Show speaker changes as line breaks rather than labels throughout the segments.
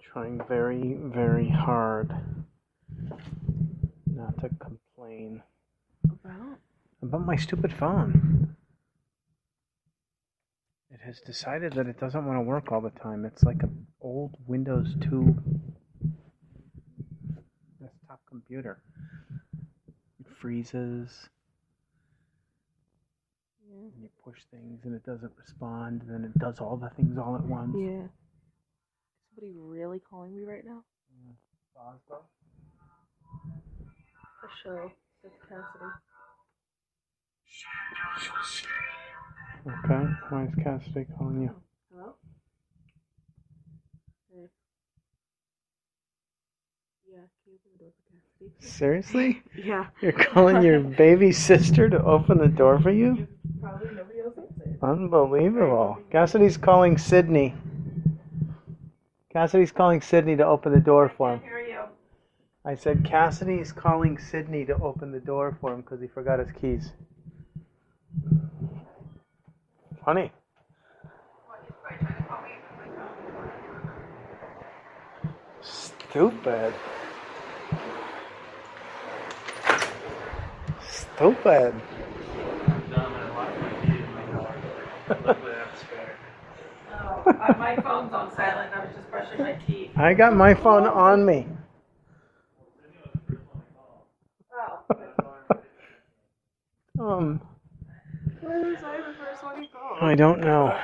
trying very, very hard not to complain
About?
about my stupid phone. It has decided that it doesn't want to work all the time. It's like an old Windows 2 desktop computer. It freezes,
Yeah.
and you push things, and it doesn't respond, and then it does all the things all at once.
Yeah. Somebody really calling me right now?
Boswell?
For sure. That's Cassidy.
Okay, why is Cassidy calling you?
Hello? Hey. Yeah, can you open the door for Cassidy?
Seriously?
Yeah.
You're calling your baby sister to open the door for you?
Probably nobody else answered.
Unbelievable. Cassidy's calling Sydney. Cassidy's calling Sydney to open the door for him.
hear you.
I said Cassidy's calling Sydney to open the door for him because he forgot his keys. Funny. Stupid. Stupid.
Oh, my phone's on silent. I was just brushing my teeth.
I got my phone on me.
Oh.
Um,
Why was I the first one you called?
I don't know.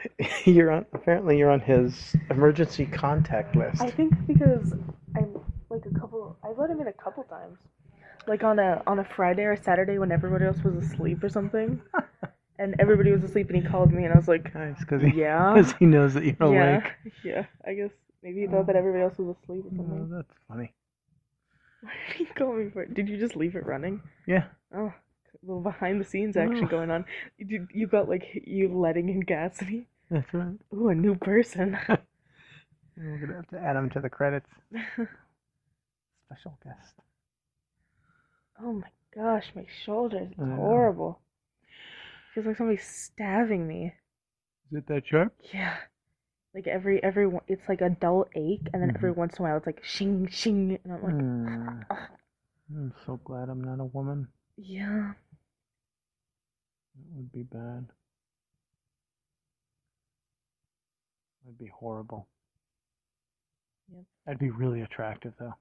You're on. Apparently, you're on his emergency contact list.
I think because I'm like a couple. I let him in a couple times, like on a on a Friday or Saturday when everybody else was asleep or something, and everybody was asleep, and he called me, and I was like,
Nice, because he,
yeah,
'cause he knows that you're
yeah,
awake.
yeah. I guess maybe he thought that everybody else was asleep or
Oh,
something.
that's funny.
Why did he call me for? Did you just leave it running?
Yeah. Oh.
Oh, a little behind the scenes action
No.
going on. You did, you got like you letting in Gatsby.
That's right.
Ooh, a new person.
We're gonna have to add him to the credits. Special guest.
Oh my gosh, my shoulders. It's
I know.
horrible. Feels like somebody's stabbing me.
Is it that sharp?
Yeah. Like every every one- it's like a dull ache, and then
Mhm.
every once in a while it's like shing shing, and I'm like,
Mm.
"Ugh."
I'm so glad I'm not a woman.
yeah,
That would be bad. That'd be horrible.
Yep.
I'd be really attractive though.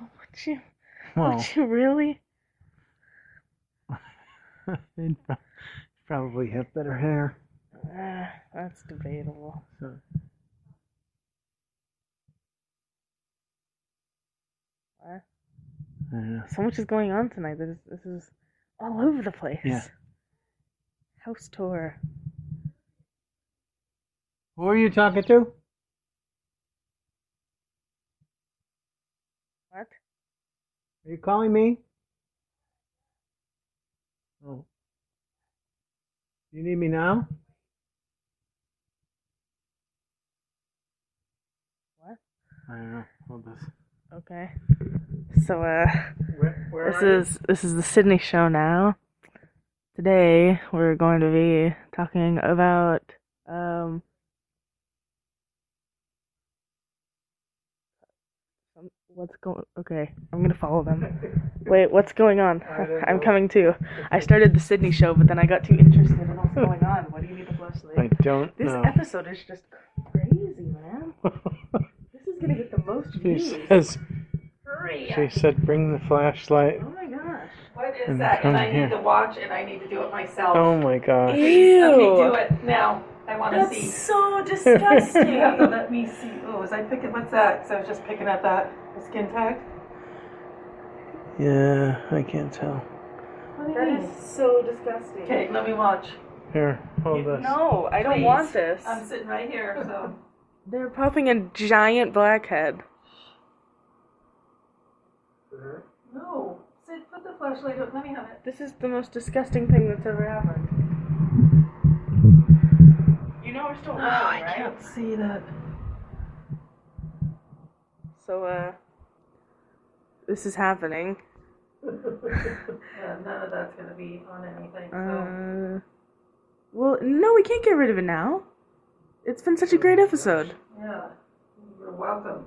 oh, would you,
Well,
would you really?
I'd pro- probably have better hair.
Uh, that's debatable.
So.
What?
I don't know.
So much is going on tonight. This this is all over the place.
Yeah.
House tour.
Who are you talking to?
What?
Are you calling me? Oh. You need me now?
What?
I don't know. Hold this.
Okay. So uh.
Where, where
This
are you?
is this is the Sydney show now. Today we're going to be talking about um um, what's going okay, I'm gonna follow them. Wait, what's going on?
I don't
I'm
know.
coming too. I started the Sydney show but then I got too interested in what's going on. What do you need to flush
I
late?
don't
This
know.
episode is just crazy, man. This is gonna get the most
she
views.
says.
Hurry.
She said, "Bring the flashlight."
Oh my gosh.
What
I'm
is that? And I
coming here.
need to watch and I need to do it myself.
Oh my gosh.
Please, Okay,
Ew.
do it now. I want to see.
so
You have to let me see. Oh, was I picking? What's that? Because I was just picking at that the skin tag.
Yeah, I can't tell.
That is so disgusting.
Okay, let me watch.
Here, hold this.
No, I don't
Please.
want this.
I'm sitting right here, so.
They're popping a giant blackhead.
No. Sid, put the flashlight up. Let me have it.
This is the most disgusting thing that's ever happened. You know we're still
Oh,
working,
I
right?
can't see that.
So, uh, this is happening.
Yeah, none of that's gonna be on anything. So.
Uh,
Oh
well, no, we can't get rid of it now. It's been such a great episode.
Yeah. We're welcome.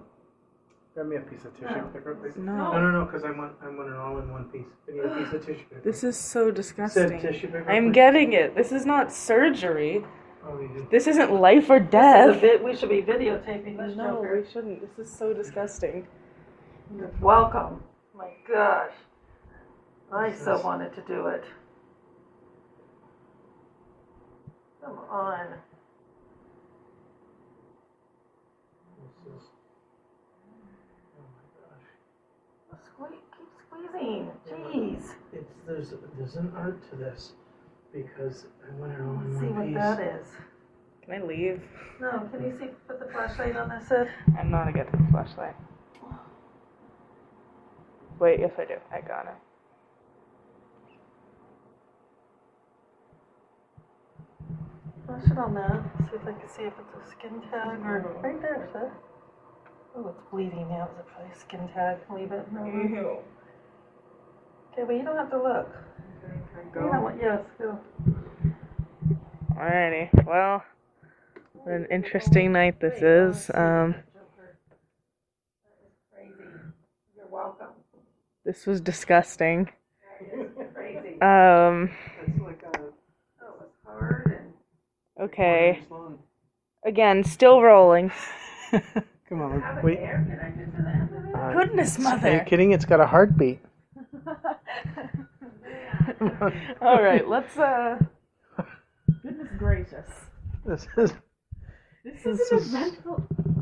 Grab me a piece of tissue.
No.
paper, please.
No.
No, no, no, because I want, I want it all in one piece. I need a piece of tissue paper.
This is so
Said
disgusting.
tissue paper.
I'm
please.
getting it. This is not surgery.
Oh, you did.
This isn't life or
This is a
death.
bit, we should be videotaping this
No,
joker.
we shouldn't. This is so disgusting.
You're welcome. My gosh. I
This
so
is-
wanted to do it. Come on.
This is. Oh my gosh.
Squeeze, keep squeezing. Jeez.
It's there's there's an art to this because I want it all in
Let's see
one
what
piece.
that is.
Can I leave?
No, can you see, put the flashlight on this head?
I'm not a good flashlight. Wait, yes I do. I got it.
Flash it on that. See if I can see if it's a skin tag or. Right there, Seth. Oh, it's bleeding now. Is it probably a skin tag? Leave it. No. Okay,
Mm-hmm.
but you don't have to look. You know what? Yes, go.
Alrighty. Well, what an interesting night this is. Um,
Crazy. You're welcome.
this was disgusting.
Crazy.
Um,
That's like a
Oh, it was hard and.
okay.
inch long.
Again, still rolling.
Come on,
Have
look-
it
wait.
there connected to the end of it?
Uh,
Goodness,
Are you
mother.
kidding? It's got a heartbeat.
Alright, let's, uh. Goodness gracious.
This is
This
This
is
is-
an eventful.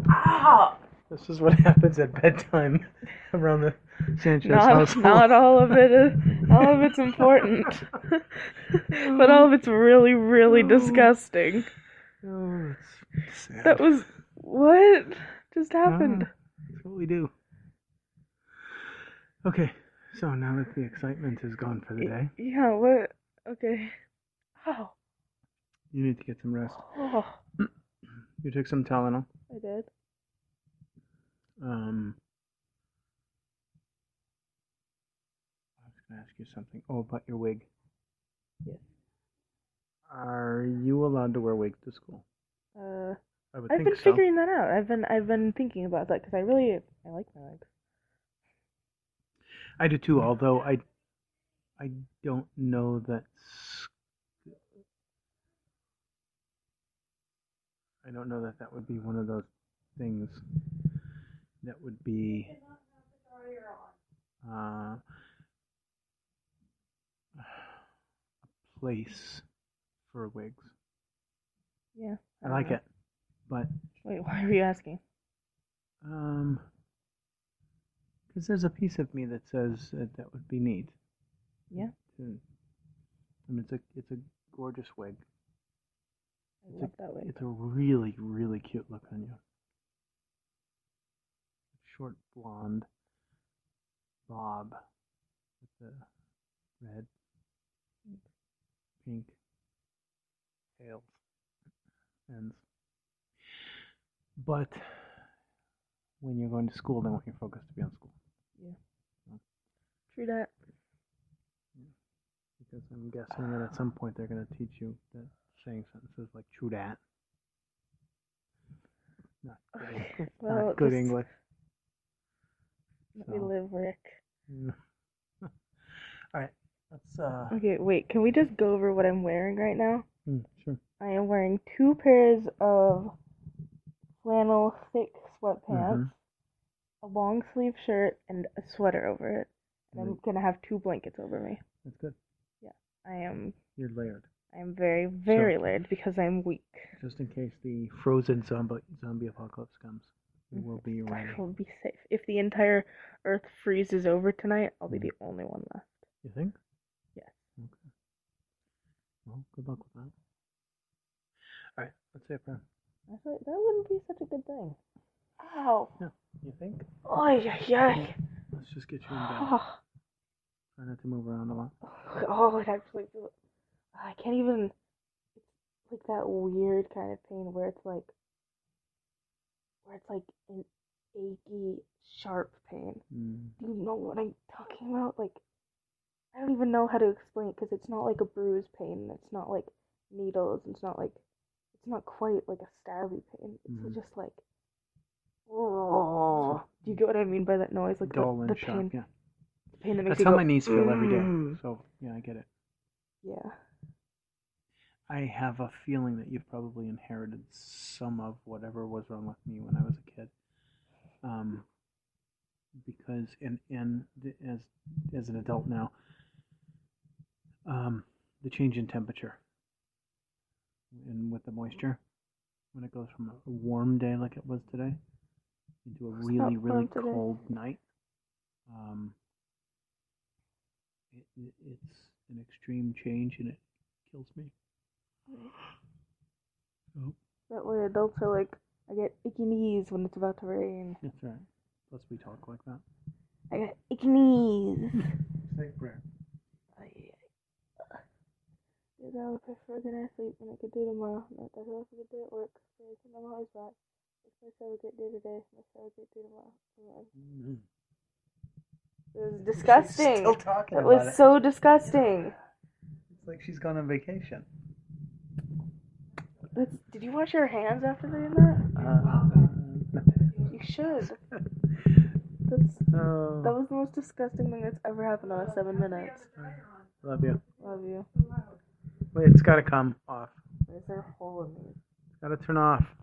Ah!
this is what happens at bedtime around the Sanchez
Not,
household.
not all of it is. All of it's important. but all of it's really, really disgusting.
Oh, it's sad. Ah,
That was. What just happened?
That's what we do. Okay, so now that the excitement is gone for the day,
Yeah, what? Okay. Oh.
you need to get some rest.
oh.
You took some Tylenol.
I did.
Um, I was going to ask you something. Oh, about your wig.
Yes.
Are you allowed to wear wigs to school?
Uh,
I would
I've
think
been
so.
figuring that out. I've been I've been thinking about that because I really I like my legs.
I do too. Although I, I don't know that. s- I don't know that that would be one of those things that would be. Uh, a place for wigs.
Yeah.
I like
know.
it, but
Um, Wait, why were you asking?
um, because there's a piece of me that says that that would be neat.
Yeah.
to- I mean, it's a it's a gorgeous wig.
I love that way.
It's a really really cute look on you. Short blonde bob with the red, pink tails ends. But when you're going to school, they want your focus to be on school
True that.
because I'm guessing that at some point they're going to teach you that saying sentences like "true that." Not good,
Okay,
Eng- not
well,
good
this-
English.
Let me
So.
live, Rick.
Mm. All right, let's. Uh,
Okay, wait. Can we just go over what I'm wearing right now?
mm, sure.
I am wearing two pairs of flannel thick sweatpants,
Mhm.
a long sleeve shirt, and a sweater over it. And I'm
Mm,
gonna have two blankets over me.
That's good.
I am
You're layered,
I am very very layered because I'm weak.
just in case the frozen zombie zombie apocalypse comes. We
Mhm.
will be
I
ready.
will be safe. If the entire Earth freezes over tonight, I'll be the only one left.
You think?
Yes.
Okay. Well, good luck with that. All right, let's say a prayer.
I thought that wouldn't be such a good thing. Ow!
You think?
Oh yeah yeah.
Let's just get you in bed.
Oh,
Try not to move around a lot.
oh, it actually. feels- I can't even. It's like that weird kind of pain where it's like. Where it's like an achy, sharp pain.
Mm.
Do you know what I'm talking about? Like, I don't even know how to explain it because it's not like a bruise pain. and It's not like needles. and It's not like, it's not quite like a stabby pain. It's
Mhm.
just like, Oh, do you get what I mean by that noise? Like the,
Dull
the
and
pain,
sharp. Yeah.
the pain that makes
That's
you
how
go,
my knees feel every day.
"Mm."
So yeah, I get it.
Yeah.
I have a feeling that you've probably inherited some of whatever was wrong with me when I was a kid. Um, because and and th- as as an adult now, um, the change in temperature and with the moisture when it goes from a warm day like it was today into a
It's
really
not
really
warm today.
cold night. Um, it, it, it's an extreme change and it kills me. Oh,
That way adults are like, I get icky knees when it's about to rain.
that's right. Plus, we talk like that.
I got icky knees.
Say a prayer.
Ay, ay. Dude, I would prefer a good night's sleep when I could do tomorrow. Not that I have a good day at work. Because I'm always back. It's myself a good day today. Myself a good day tomorrow. Amen. It was disgusting.
Still talking
That
about
was
it.
so disgusting.
It's like she's gone on vacation.
That's, did you wash your hands after doing that?
Uh,
You should. That's, that
oh,
was the most disgusting thing that's ever happened in the last seven minutes.
love you.
Love you.
Wait, it's got to come off.
Is there a hole in me?
Got to turn off.